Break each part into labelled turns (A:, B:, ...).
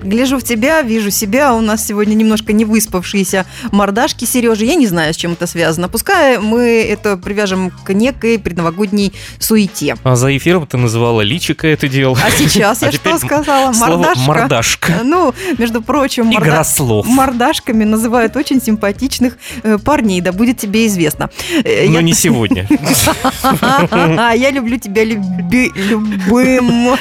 A: Гляжу в тебя, вижу себя. У нас сегодня немножко не выспавшиеся мордашки Сережи. Я не знаю, с чем это связано. Пускай мы это привяжем к некой предновогодней суете.
B: А за эфиром ты называла личика это дело.
A: А сейчас я
B: А теперь
A: что сказала?
B: слово
A: Мордашка.
B: мордашка.
A: Ну, между прочим, морда-
B: Игра слов.
A: мордашками называют очень симпатичных э, парней, да будет тебе известно. Э,
B: Но
A: я-
B: Ну, не сегодня.
A: Я люблю тебя люби- любым.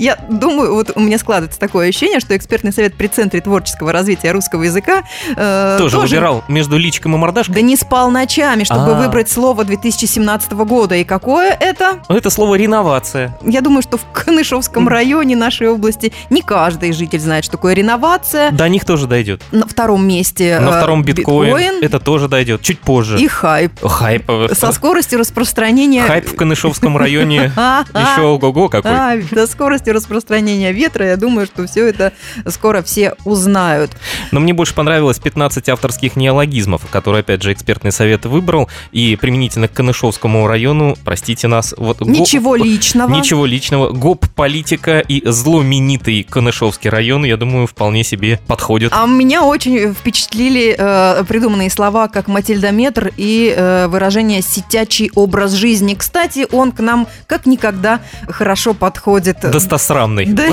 A: Я думаю, вот у меня складывается такое ощущение, что экспертный совет при Центре творческого развития русского языка э,
B: Тоже выбирал между личиком и мордашкой.
A: да не спал ночами, чтобы
B: А.
A: выбрать слово 2017 года. И какое это?
B: Но это слово реновация.
A: Я думаю, что в Канышевском районе нашей области не каждый житель знает, что такое реновация.
B: До них тоже дойдет.
A: На втором месте
B: На
A: э,
B: втором биткоин. Это тоже дойдет. Чуть позже.
A: и хайп.
B: Хайп. э,
A: Со скоростью распространения...
B: Хайп в Канышевском районе
A: А, а,
B: еще ого-го какой.
A: А, со скоростью распространения ветра, я думаю, что все это скоро все узнают.
B: Но мне больше понравилось 15 авторских неологизмов, которые, опять же, экспертный совет выбрал. И применительно к Канышевскому району, простите нас, вот... го-
A: Ничего личного.
B: Ничего личного. ГОП политика и зломенитый Канышевский район, я думаю, вполне себе подходят.
A: А меня очень впечатлили э, придуманные слова, как Матильдометр и э, выражение «сетячий образ жизни». Кстати, он к нам как никогда хорошо подходит.
B: Достосрамный.
A: Да,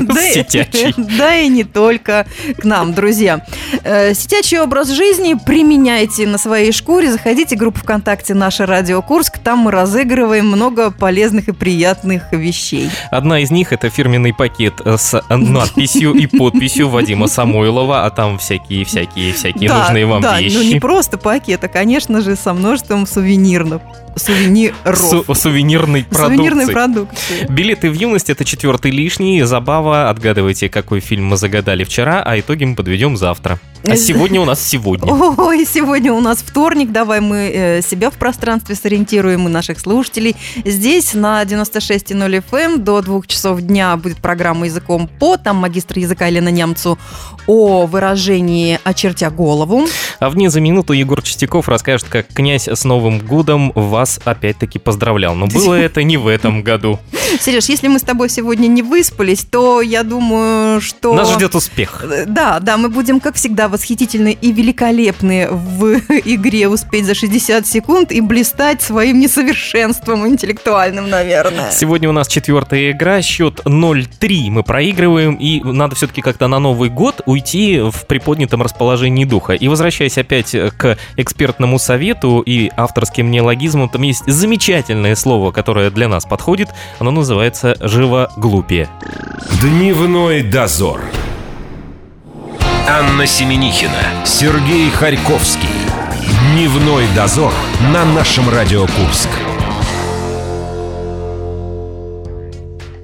A: да,
B: Сетячий.
A: да и не только к нам, друзья. Э, Сетячий образ жизни применяйте на своей шкуре. Заходите в группу ВКонтакте «Наше Радио Курск». Там мы разыгрываем много полезных и приятных вещей.
B: Одна из них это фирменный пакет э, с надписью и подписью Вадима Самойлова, а там всякие, всякие, всякие
A: да,
B: нужные вам
A: да, ну не
B: вещи.
A: просто пакет, а, конечно же, со множеством сувенирных. Сувениров.
B: Су- сувенирной
A: Сувенирной
B: продукции.
A: продукции.
B: Билеты в юность это четвертый лишний. Забава. Отгадывайте, какой фильм мы загадали вчера, а итоги мы подведем завтра.
A: Э,
B: А сегодня у нас сегодня.
A: Ой, сегодня у нас вторник, давай мы э, себя в пространстве сориентируем и наших слушателей. Здесь на 96.0 FM эм до двух часов дня будет программа «Языком по», там магистр языка Елена Нямцу о выражении «очертя голову».
B: А вне за минуту Егор Чистяков расскажет, как князь с Новым годом вас опять-таки поздравлял. Но было это не в этом году.
A: Сереж, если мы с тобой сегодня не выспались, то я думаю, что...
B: Нас ждет успех.
A: Да, да, мы будем, как всегда, восхитительны и великолепны в игре «Успеть за 60 секунд» и блистать своим несовершенством интеллектуальным, наверное.
B: Сегодня у нас четвертая игра, счет 0-3 мы проигрываем, и надо все-таки как-то на Новый год уйти в приподнятом расположении духа. И возвращаясь опять э, к экспертному совету и авторским неологизмам, там есть замечательное слово, которое для нас подходит, оно называется «живоглупие».
C: Дневной дозор. Анна Семенихина, Сергей Харьковский. Дневной дозор на нашем Радио Курск.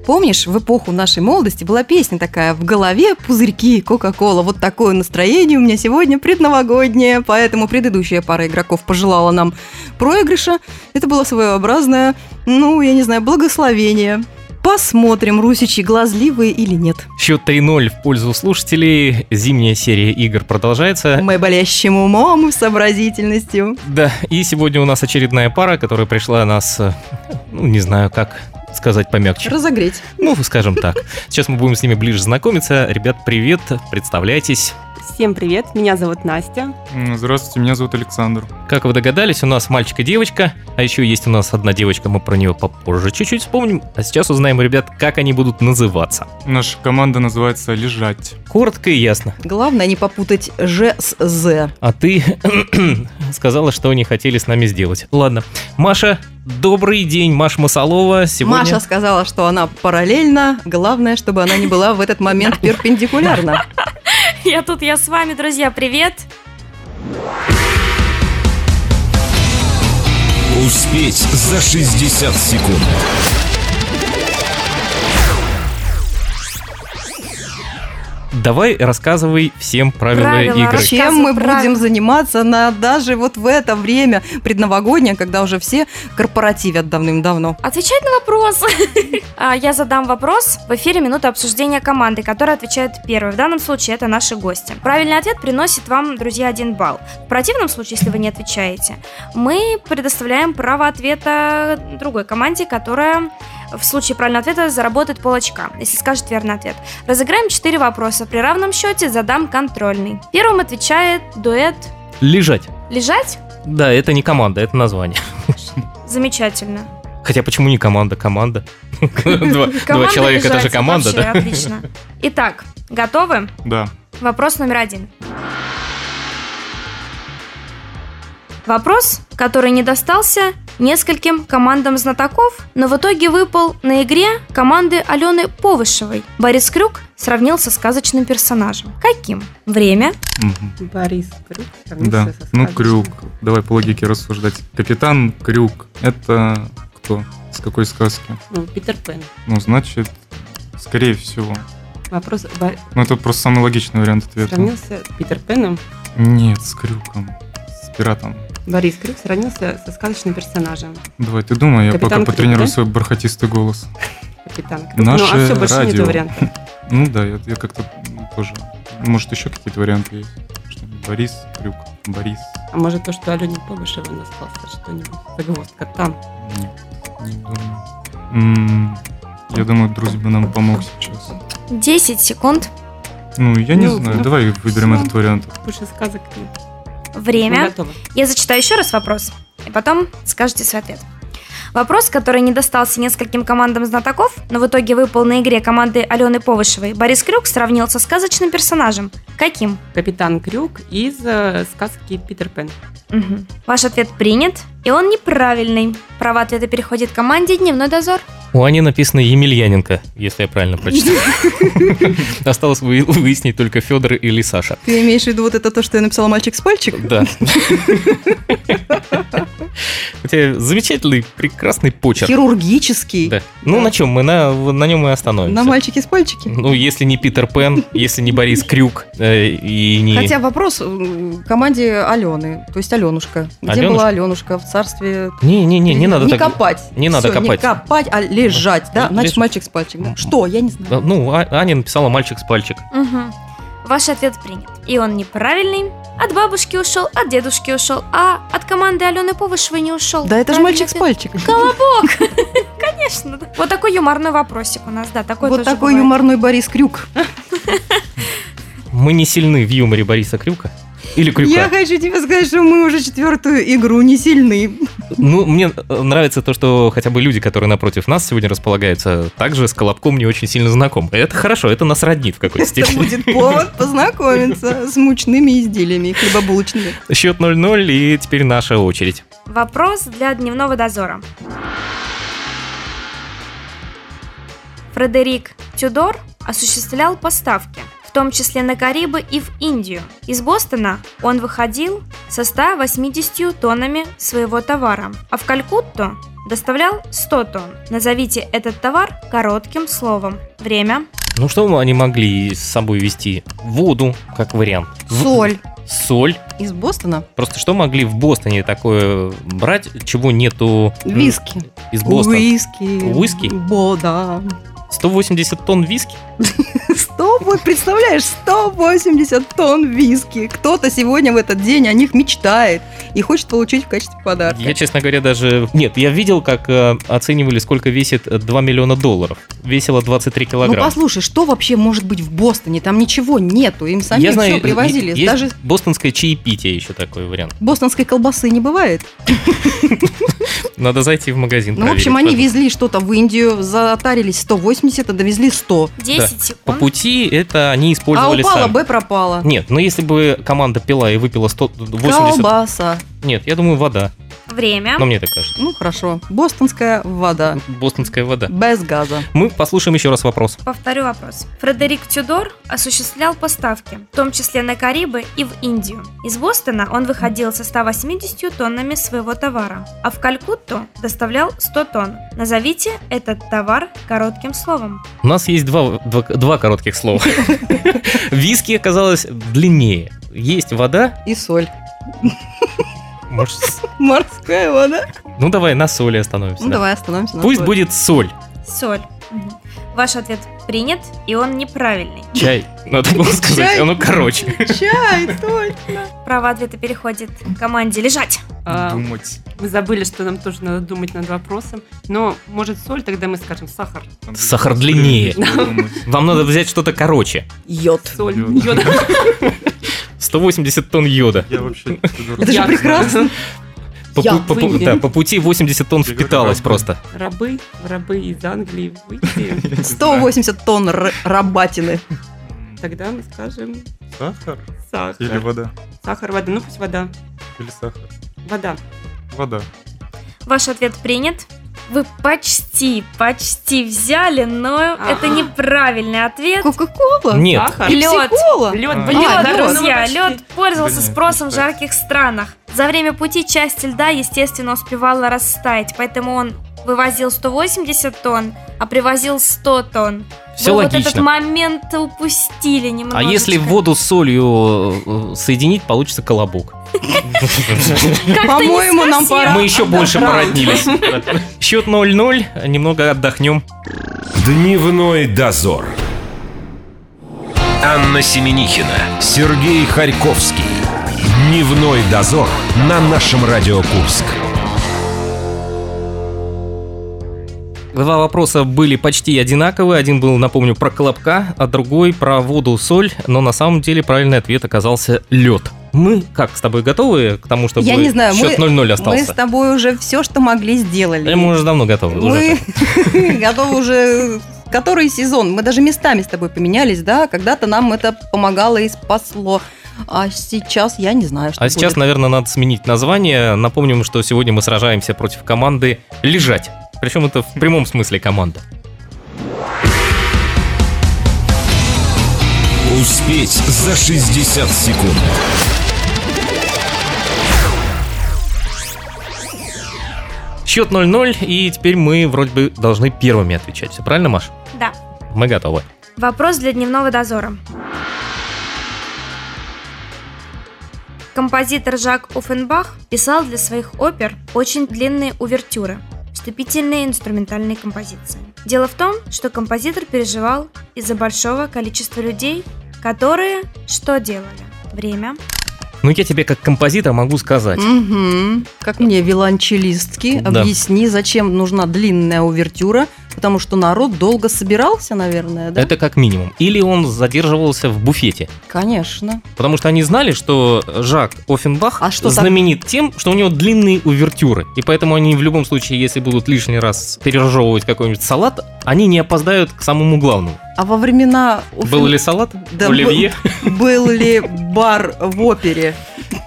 D: Помнишь, в эпоху нашей молодости была песня такая «В голове пузырьки и Кока-Кола». Вот такое настроение у меня сегодня предновогоднее, поэтому предыдущая пара игроков пожелала нам проигрыша. Это было своеобразное, ну, я не знаю, благословение. Посмотрим, русичи глазливые или нет.
B: Счет 3-0 в пользу слушателей, зимняя серия игр продолжается.
D: Мы болящим умом и сообразительностью.
B: Да, и сегодня у нас очередная пара, которая пришла нас, э, ну, не знаю, как сказать помягче.
D: Разогреть.
B: Ну, скажем так. Сейчас мы будем с ними ближе знакомиться. Ребят, привет, представляйтесь.
E: Всем привет, меня зовут Настя.
F: М, Здравствуйте, меня зовут Александр.
B: Как вы догадались, у нас мальчик и девочка, а еще есть у нас одна девочка, мы про нее попозже чуть-чуть вспомним, а сейчас узнаем, ребят, как они будут называться.
F: Наша команда называется «Лежать».
B: Коротко и ясно.
A: Главное не попутать «Ж» с «З».
B: А ты сказала, что они хотели с нами сделать. Ладно, Маша, добрый день, Маша Масалова. Сегодня...
D: Маша сказала, что она параллельно. Главное, чтобы она не была в этот момент перпендикулярна.
G: Я тут, я с вами, друзья, привет!
C: Успеть за 60 секунд.
B: Давай рассказывай всем правила,
G: Правила
B: игры.
G: расскажи.
A: Чем мы
G: правильно.
A: будем заниматься на даже вот в это время предновогоднее, когда уже все корпоративят давным-давно?
G: Отвечать на вопрос. А, Я задам вопрос. В эфире минута обсуждения команды, которая отвечает первой. В данном случае это наши гости. Правильный ответ приносит вам, друзья, один балл. В противном случае, если вы не отвечаете, мы предоставляем право ответа другой команде, которая в случае правильного ответа заработает пол очка, если скажет верный ответ. Разыграем 4 вопроса. При равном счете задам контрольный. Первым отвечает дуэт
B: Лежать.
G: «Лежать».
B: Да, это не команда, это название.
G: Замечательно.
B: Хотя почему не команда? Команда. Два два
G: Команда
B: человека, Ну, а это же
G: лежать.
B: команда,
G: Вообще
B: да?
G: Отлично. Итак, готовы?
F: Да.
G: Вопрос номер один. Вопрос, который не достался нескольким командам знатоков, но в итоге выпал на игре команды Алены Повышевой. Борис Крюк сравнился с сказочным персонажем. Каким? Время.
F: Мгм.
H: Борис Крюк.
F: Да. Ну, Крюк. Давай по логике рассуждать. Капитан Крюк. Это кто? С какой сказки?
H: Ну, Питер Пен.
F: Ну, значит, скорее всего.
H: Вопрос Бо-
F: Ну, это просто самый логичный вариант ответа.
H: сравнился с Питер Пеном.
F: Нет, с Крюком. С пиратом.
H: Борис Крюк сравнился со сказочным персонажем.
F: Давай, ты думай, я
H: Капитан
F: пока
H: Крюк,
F: потренирую
H: да?
F: свой бархатистый голос.
H: Капитан Крюк.
F: Наше
H: ну, а все, больше
F: радио.
H: нету вариантов.
F: Ну да, я, я как-то тоже. Может, еще какие-то варианты есть? Что-нибудь? Борис, Крюк, Борис.
H: А может, то, что Алене Побышева наскался что-нибудь. Загвоздка там.
F: Нет, не думаю. М, я думаю, друзь бы нам помог сейчас.
G: 10 секунд.
F: Ну, я не
H: Ну,
F: знаю.
H: ну,
F: Давай выберем
H: всё.
F: этот вариант.
H: Больше сказок нет.
G: Время.
H: Ну, готово.
G: Я зачитаю еще раз вопрос, и потом скажете свой ответ. Вопрос, который не достался нескольким командам знатоков, но в итоге выпал на игре команды Алены Повышевой, Борис Крюк сравнил со сказочным персонажем. Каким?
H: Капитан Крюк из э, сказки Питер Пен.
G: Мгм. Ваш ответ принят, и он неправильный. Право ответа переходит команде «Дневной дозор».
B: У Ани написано Емельяненко, если я правильно прочитал. Осталось вы- выяснить только Федор или Саша.
A: Ты имеешь в виду вот это то, что я написала «Мальчик с пальчик»?
B: Да. У тебя замечательный, прекрасный почерк.
A: Хирургический.
B: Да. Ну, на чем мы? На, на нем и
A: На
B: остановимся.
A: «Мальчике с пальчики».
B: Ну, если не Питер Пен, если не Борис Крюк э, и не...
A: Хотя вопрос м, команде Алены, то есть Аленушка. Где
B: Аленушка?
A: была Аленушка в царстве?
B: Не, не, не, не надо
A: Не
B: так.
A: копать.
B: не надо
A: Всё,
B: копать.
A: Не копать, а лежать, да?
B: Лежать.
A: Значит, мальчик с пальчик. да? Что? Я не знаю.
B: Ну, А- Аня написала мальчик с пальчик.
G: Мгм. Ваш ответ принят, и он неправильный. От бабушки ушел, от дедушки ушел, а от команды Алены Повышевой не ушел.
A: Да это же
G: Правильный
A: мальчик с
G: ответ.
A: пальчик.
G: Колобок! Конечно. да. Вот такой юморный вопросик у нас, да. Такой
A: Вот
G: тоже
A: такой
G: бывает.
A: юморной Борис Крюк.
B: Мы не сильны в юморе Бориса Крюка. Или Крюка.
A: Я хочу тебе сказать, что мы уже четвертую игру не сильны.
B: Ну, мне э, нравится то, что хотя бы люди, которые напротив нас сегодня располагаются, также с Колобком не очень сильно знакомы. Это хорошо, это нас роднит в какой-то
A: Это
B: степени.
A: будет повод познакомиться с мучными изделиями, хлебобулочными.
B: Счет 0-0, и теперь наша очередь.
G: Вопрос для дневного дозора. Фредерик Тюдор осуществлял поставки, в том числе на Карибы и в Индию. Из Бостона он выходил со 180 тоннами своего товара, а в Калькутту доставлял 100 тонн. Назовите этот товар коротким словом. Время.
B: Ну, что они могли с собой вести? Воду, как вариант. В-
A: Соль.
B: Соль.
A: Из Бостона?
B: Просто что могли в Бостоне такое брать, чего нету м,
A: Виски.
B: из Бостона?
A: Уиски.
B: Уиски?
A: Бо, да.
B: 180 тонн виски?
A: 100, вот представляешь, 180 тонн виски. Кто-то сегодня в этот день о них мечтает и хочет получить в качестве подарка.
B: Я, честно говоря, даже... Нет, я видел, как э, оценивали, сколько весит э, 2 миллиона долларов. Весило 23
A: Ну
B: килограмма.
A: послушай, что вообще может быть в Бостоне? Там ничего нету, им сами
B: я
A: все
B: знаю,
A: привозили.
B: есть
A: Даже
B: бостонское чаепитие еще такой вариант.
A: бостонской колбасы не бывает.
B: Надо зайти в магазин.
A: Ну, в
B: проверить,
A: общем, они
B: правда.
A: везли что-то в Индию, затарились 180, а довезли 100.
G: 10
B: По
G: секунд.
B: пути это они
A: А
B: использовали
A: упала,
B: сами.
A: Б пропала.
B: Нет, ну если бы команда пила и выпила 180...
A: Колбаса.
B: Нет, я думаю, вода.
G: Время.
B: Но мне так кажется.
A: Ну, хорошо. Бостонская вода.
B: Бостонская вода.
A: Без газа.
B: Мы послушаем еще раз вопрос.
G: Повторю вопрос. Фредерик Тюдор осуществлял поставки, в том числе на Карибы и в Индию. Из Бостона он выходил со 180 тоннами своего товара, а в Калькутту доставлял 100 тонн. Назовите этот товар коротким словом.
B: У нас есть два, два, два коротких слова. Виски оказалось длиннее. Есть вода.
A: И соль.
B: Может, с-
A: Морская вода.
B: ну давай на соли остановимся.
A: Ну,
B: да.
A: давай остановимся на
B: Пусть
A: соль.
B: будет соль.
G: Соль. Мгм. Ваш ответ принят, и он неправильный.
B: Чай. Надо было сказать.
A: Чай.
B: Оно короче.
A: Чай, точно.
G: Право ответа переходит команде «Лежать».
H: А,
F: Думать.
H: мы забыли, что нам тоже надо думать над вопросом. Но, может, соль, тогда мы скажем сахар.
F: там,
B: Сахар длиннее.
F: думать.
B: Вам надо взять что-то короче.
A: Йод.
H: Соль.
F: Йод.
H: Йод.
B: 180 тонн йода.
F: Я вообще...
A: Это же
H: Я
A: прекрасно.
B: По,
A: Я
B: пу- по пу-
H: выйду.
B: да, по пути 80 тонн
F: Я
B: впиталось
F: говорю,
B: просто.
H: Рабы, рабы из Англии выйти.
A: 180 тонн р- рабатины.
H: Тогда мы скажем
F: Сахар? Или
H: сахар.
F: вода?
H: Сахар, вода. Ну, пусть вода.
F: Или сахар?
H: Вода.
F: Вода.
G: Ваш ответ принят. Вы почти, почти взяли, но это неправильный ответ.
A: Кока-кола?
B: Нет.
H: Сахар.
G: Лед.
A: Кола?
H: Лед,
F: А.
H: блин,
A: А,
G: Лед,
H: да,
A: лёд.
H: ну,
G: друзья,
H: почти.
G: лед пользовался
F: Да нет,
G: спросом в
F: не так.
G: жарких странах. За время пути часть льда, естественно, успевала растаять, поэтому он вывозил 180 тонн, а привозил 100 тонн.
B: Все
G: Вы вот этот
B: логично.
G: момент упустили немножечко.
B: а если воду с солью э, соединить, получится колобок.
G: Как-то не
A: По-моему, нам
G: совсем.
A: пора.
B: Мы еще больше
H: Да.
B: породнились. Счет 0-0. Немного отдохнем.
C: Дневной дозор. Анна Семенихина, Сергей Харьковский. Дневной дозор на нашем Радио Курск.
B: Два вопроса были почти одинаковые. Один был, напомню, про колобка, а другой про воду, соль. Но на самом деле правильный ответ оказался лед. Мы как с тобой готовы к тому, чтобы
A: Я не знаю,
B: счет
A: мы-
B: 0-0
A: Мы с
B: остался?
A: тобой уже все, что могли,
B: Э,
A: сделали.
B: Мы уже давно готовы. уже.
A: Мы готовы уже... Который сезон? Мы даже местами с тобой поменялись, да? Когда-то нам это помогало и спасло. А сейчас я не знаю, что
B: А сейчас,
A: будет.
B: наверное, надо сменить название. Напомним, что сегодня мы сражаемся против команды «Лежать». Причем это в прямом смысле команда.
C: Успеть за 60 секунд.
B: Счет 0-0, и теперь мы вроде бы должны первыми отвечать. Все правильно, Маш?
G: Да.
B: Мы готовы.
G: Вопрос для дневного дозора. Композитор Жак Оффенбах писал для своих опер очень длинные увертюры, вступительные инструментальные композиции. Дело в том, что композитор переживал из-за большого количества людей, которые что делали? Время.
B: Ну, я тебе как композитор могу сказать.
A: Мгм. Как мне, виолончелистки,
B: Да.
A: объясни, зачем нужна длинная увертюра, потому что народ долго собирался, наверное, да?
B: Это как минимум. Или он задерживался в буфете.
A: Конечно.
B: Потому что они знали, что Жак Оффенбах
A: А что так?
B: знаменит тем, что у него длинные увертюры. И поэтому они в любом случае, если будут лишний раз пережевывать какой-нибудь салат, они не опоздают к самому главному.
A: А во времена... Оффен-
B: Был ли салат?
A: Да,
B: Оливье?
A: Был ли бар в опере?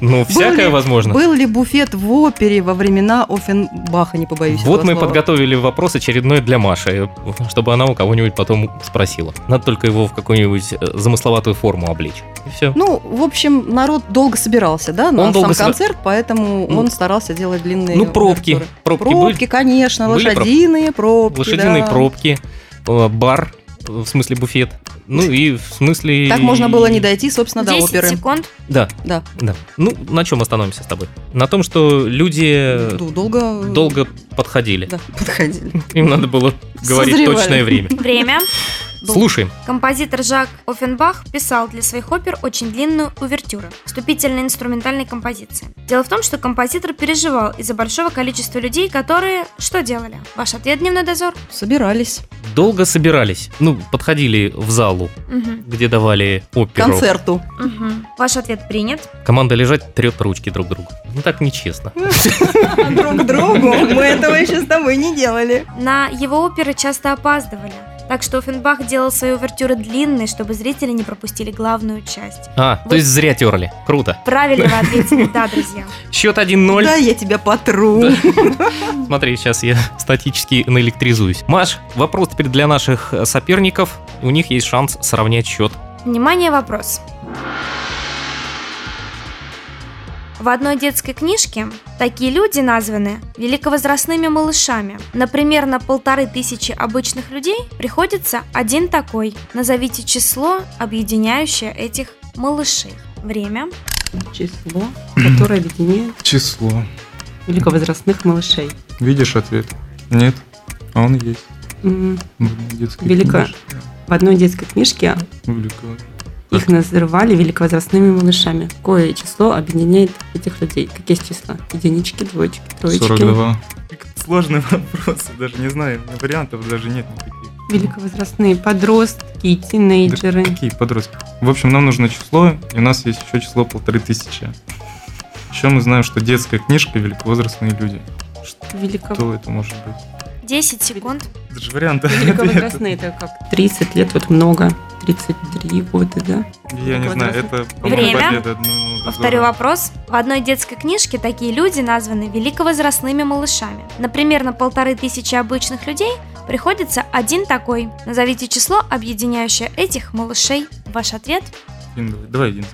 B: Ну, всякое
A: ли-
B: возможно.
A: Был ли буфет в опере во времена Оффенбаха, не побоюсь
B: Вот
A: этого
B: мы
A: слова.
B: подготовили вопрос очередной для Маши, чтобы она у кого-нибудь потом спросила. Надо только его в какую-нибудь э, замысловатую форму облечь. И все.
A: Ну, в общем, народ долго собирался, да, на
B: Он долго
A: сам
B: собира-
A: концерт, поэтому
B: Ну,
A: он старался делать длинные...
B: Ну, пробки.
A: увертюры.
B: Пробки
A: Пробки,
B: были.
A: конечно,
B: Были пробки?
A: лошадиные пробки.
B: Лошадиные
A: да.
B: пробки, э, бар, э, в смысле буфет. Ну и в смысле...
A: Так можно было не дойти, собственно, до
G: 10
A: Ну оперы.
G: секунд.
B: Да,
A: Да.
B: да. Ну, на чем остановимся с тобой? На том, что люди
A: Ду- Долго...
B: долго подходили.
A: Да, подходили.
B: Им надо было говорить
A: Созревали.
B: точное время.
G: Время.
B: Слушаем.
G: Композитор Жак Оффенбах писал для своих опер очень длинную увертюру, вступительной инструментальной композиции. Дело в том, что композитор переживал из-за большого количества людей, которые что делали? Ваш ответ, дневной дозор?
A: Собирались.
B: Долго собирались. Ну, подходили в залу,
G: Мгм,
B: где давали
A: К
B: оперу.
A: концерту.
G: мгм. Ваш ответ принят.
B: Команда лежать трет ручки друг другу. Ну так нечестно.
A: Друг другу. Мы этого еще с тобой не делали.
G: На его оперы часто опаздывали. Так что Офенбах делал свои увертюры длинной, чтобы зрители не пропустили главную часть.
B: А, то
G: Вы-
B: есть зря терли. Круто.
G: Правильно вы ответили, да, друзья.
B: Счет 1-0.
A: Да, я тебя потру.
B: Да. Смотри, сейчас я статически наэлектризуюсь. Маш, вопрос теперь для наших э, соперников. У них есть шанс сравнять счет.
G: Внимание, вопрос. В одной детской книжке такие люди названы великовозрастными малышами. Например, на полторы тысячи обычных людей приходится один такой. Назовите число, объединяющее этих малышей. Время.
H: Число, которое объединяет
F: Число.
H: великовозрастных малышей.
F: Видишь ответ? Нет. А он есть.
H: М,
F: В детской
H: Велика.
F: книжке.
H: В одной детской книжке
F: Велика.
H: их называли великовозрастными малышами. Кое число объединяет этих людей? Какие есть числа? Единички, двоечки, троечки.
F: 42. Сложный вопрос, даже не знаю, у меня вариантов даже нет никаких.
H: Великовозрастные подростки,
F: Да
H: тинейджеры.
F: какие подростки? В общем, нам нужно число, и у нас есть еще число полторы тысячи. Еще мы знаем, что детская книжка великовозрастные люди.
H: Велико-
F: Кто это может быть?
G: 10 секунд.
F: Это же варианты.
H: Великовозрастные это как? 30 лет, вот много. 33 года, да?
F: Я не знаю, это по-моему,
G: Время.
F: победа одного дозора.
G: Повторю вопрос. В одной детской книжке такие люди названы великовозрастными малышами. Например, на полторы тысячи обычных людей приходится один такой. Назовите число, объединяющее этих малышей. Ваш ответ?
F: Один, давай, Давай один.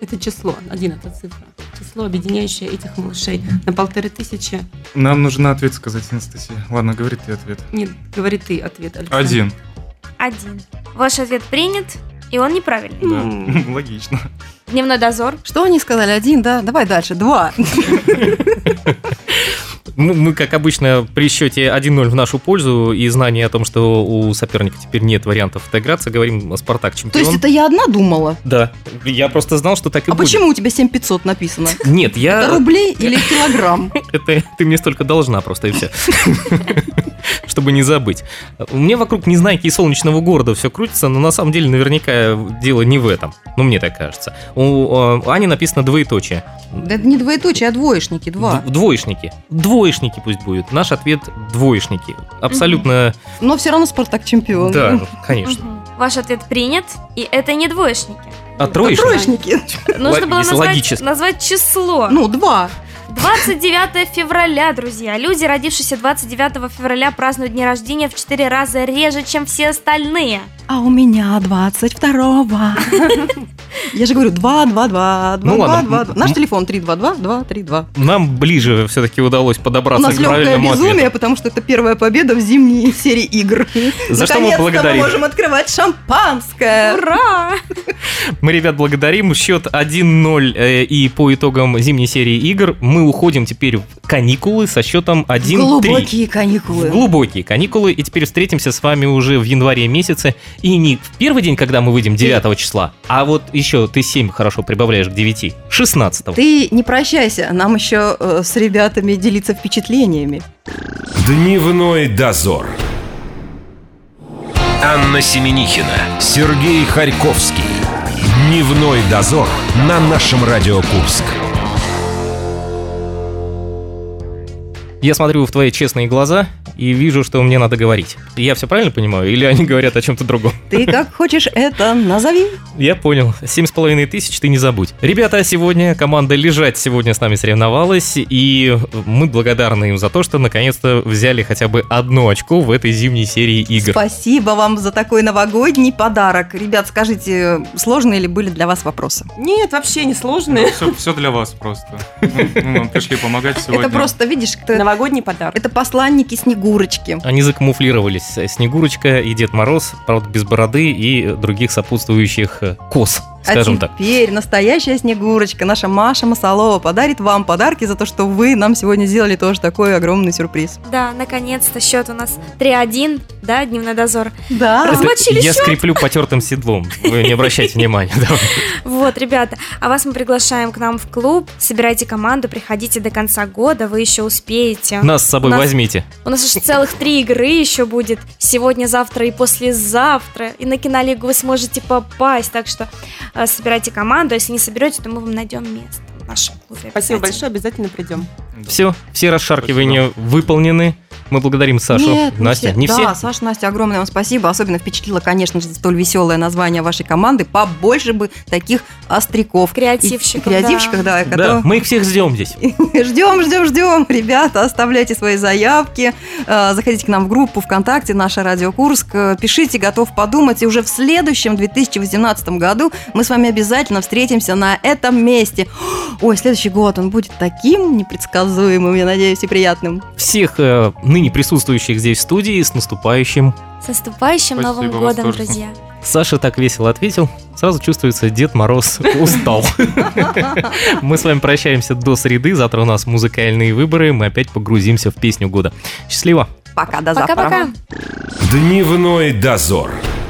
H: Это число, один это цифра. Число, объединяющее этих малышей на полторы тысячи.
F: Нам нужно ответ сказать, Анастасия. Ладно, говори ты ответ.
H: Нет, говори ты ответ, Александр.
F: Один.
G: Один. Ваш ответ принят, и он неправильный.
F: Да.
H: М.
F: Логично.
G: Дневной дозор.
A: Что они сказали? Один, да? Давай дальше. Два.
B: Ну, мы, как обычно, при счете 1-0 в нашу пользу и знание о том, что у соперника теперь нет вариантов отыграться, говорим «Спартак
A: То
B: чемпион».
A: есть это я одна думала?
B: Да, я просто знал, что так и
A: А
B: будет.
A: почему у тебя 7500 написано?
B: Нет, я...
A: Это рублей или килограмм?
B: Это ты мне столько должна просто и все. Чтобы не забыть. У меня вокруг незнайки и солнечного города все крутится, но на самом деле наверняка дело не в этом. Ну, мне так кажется. У э, Ани написано двоеточие.
A: Да это не двоеточие, а двоечники. Два.
B: Д- Двоечники. Двоечники пусть будет. Наш ответ двоечники. Абсолютно.
A: Но все равно Спартак чемпион. Ну,
B: Да, конечно.
G: Мгм. Ваш ответ принят, и это не двоечники.
B: А троечник?
A: Ну, Троечники.
G: Нужно было
B: если
G: назвать,
B: логически.
G: назвать число.
A: Ну, два.
G: 29 февраля, друзья. Люди, родившиеся 29 февраля, празднуют дни рождения в 4 раза реже, чем все остальные.
A: А у меня 22 Я же говорю, 2, 2, 2, 2,
B: Ну ладно,
A: 2, 2, 2. Наш
B: м-
A: телефон 322 232.
B: Нам ближе все-таки удалось
A: У
B: подобраться
A: нас
B: к
A: легкое
B: правильному
A: безумие,
B: ответу.
A: потому что это первая победа в зимней серии игр.
B: За что мы
A: Наконец-то
B: благодарим.
A: мы можем открывать шампанское.
G: Ура!
B: Мы, ребят, благодарим. Счет 1-0 э, и по итогам зимней серии игр мы уходим теперь в каникулы со счетом 1-3.
A: Глубокие
B: В
A: каникулы.
B: глубокие каникулы, и теперь встретимся с вами уже в январе месяце. И не в первый день, когда мы выйдем 9 числа, а вот еще ты 7 хорошо прибавляешь к 9, 16.
A: Ты не прощайся, нам еще э, с ребятами делиться впечатлениями.
C: Дневной дозор. Анна Семенихина, Сергей Харьковский. Дневной дозор на нашем Радио Курск.
B: Я смотрю в твои честные глаза и вижу, что мне надо говорить. Я все правильно понимаю? Или они говорят о чем-то другом?
A: Ты как хочешь это назови.
B: Я понял. Семь с половиной тысяч ты не забудь. Ребята, сегодня команда «Лежать» сегодня с нами соревновалась, и мы благодарны им за то, что наконец-то взяли хотя бы одно очко в этой зимней серии игр.
A: Спасибо вам за такой новогодний подарок. Ребят, скажите, сложные ли были для вас вопросы?
H: Нет, вообще не сложные.
F: Все, для вас просто. Ну, ну, вам пришли помогать сегодня.
A: Это просто, видишь, кто это?
H: Новогодний подарок.
A: Это посланники Снегурочки.
B: Они закамуфлировались. Снегурочка и Дед Мороз, правда, без бороды и других сопутствующих э, кос, скажем
A: а
B: так.
A: теперь настоящая Снегурочка, наша Маша Масалова, подарит вам подарки за то, что вы нам сегодня сделали тоже такой огромный сюрприз.
G: Да, наконец-то счет у нас 3-1, да, дневной дозор.
A: Да.
B: Это
G: Размочили
B: я
G: счет?
B: скреплю потертым седлом. Вы не обращайте внимания. Давай.
G: Вот, ребята, а вас мы приглашаем к нам в клуб. Собирайте команду, приходите до конца года, вы еще успеете.
B: Нас с собой
G: У нас-
B: возьмите.
G: У нас аж целых три игры еще будет. Сегодня, завтра и послезавтра. И на кинолигу вы сможете попасть. Так что э, собирайте команду. Если не соберете, то мы вам найдем место в нашем клубе.
H: Спасибо
G: обязательно.
H: большое, обязательно придем.
F: Да.
B: Все, все расшаркивания выполнены. Мы благодарим Сашу.
A: Нет,
B: Настя, не все?
A: Да, Саша, Настя, огромное вам спасибо. Особенно впечатлило, конечно же, столь веселое название вашей команды. Побольше бы таких остряков.
G: Креативщиков,
A: И- Креативщиков, да.
B: Да,
A: которые-
B: мы их всех ждем здесь.
A: Ждем, ждем, ждем. Ребята, оставляйте свои заявки. Э, Заходите к нам в группу ВКонтакте «Наша Радио Курск». Э, Пишите «Готов подумать». И уже в следующем 2018 году мы с вами обязательно встретимся на этом месте. Ой, следующий год, он будет таким непредсказуемым, я надеюсь, и приятным.
B: Всех э, ныне присутствующих здесь в студии с наступающим.
G: С наступающим
F: Спасибо,
G: Новым
F: вас
G: годом,
F: тоже.
G: друзья.
B: Саша так весело ответил. Сразу чувствуется, Дед Мороз устал. Мы с вами прощаемся до среды. Завтра у нас музыкальные выборы. Мы опять погрузимся в песню года. Счастливо!
A: Пока, до завтра.
G: Пока-пока.
C: Дневной дозор.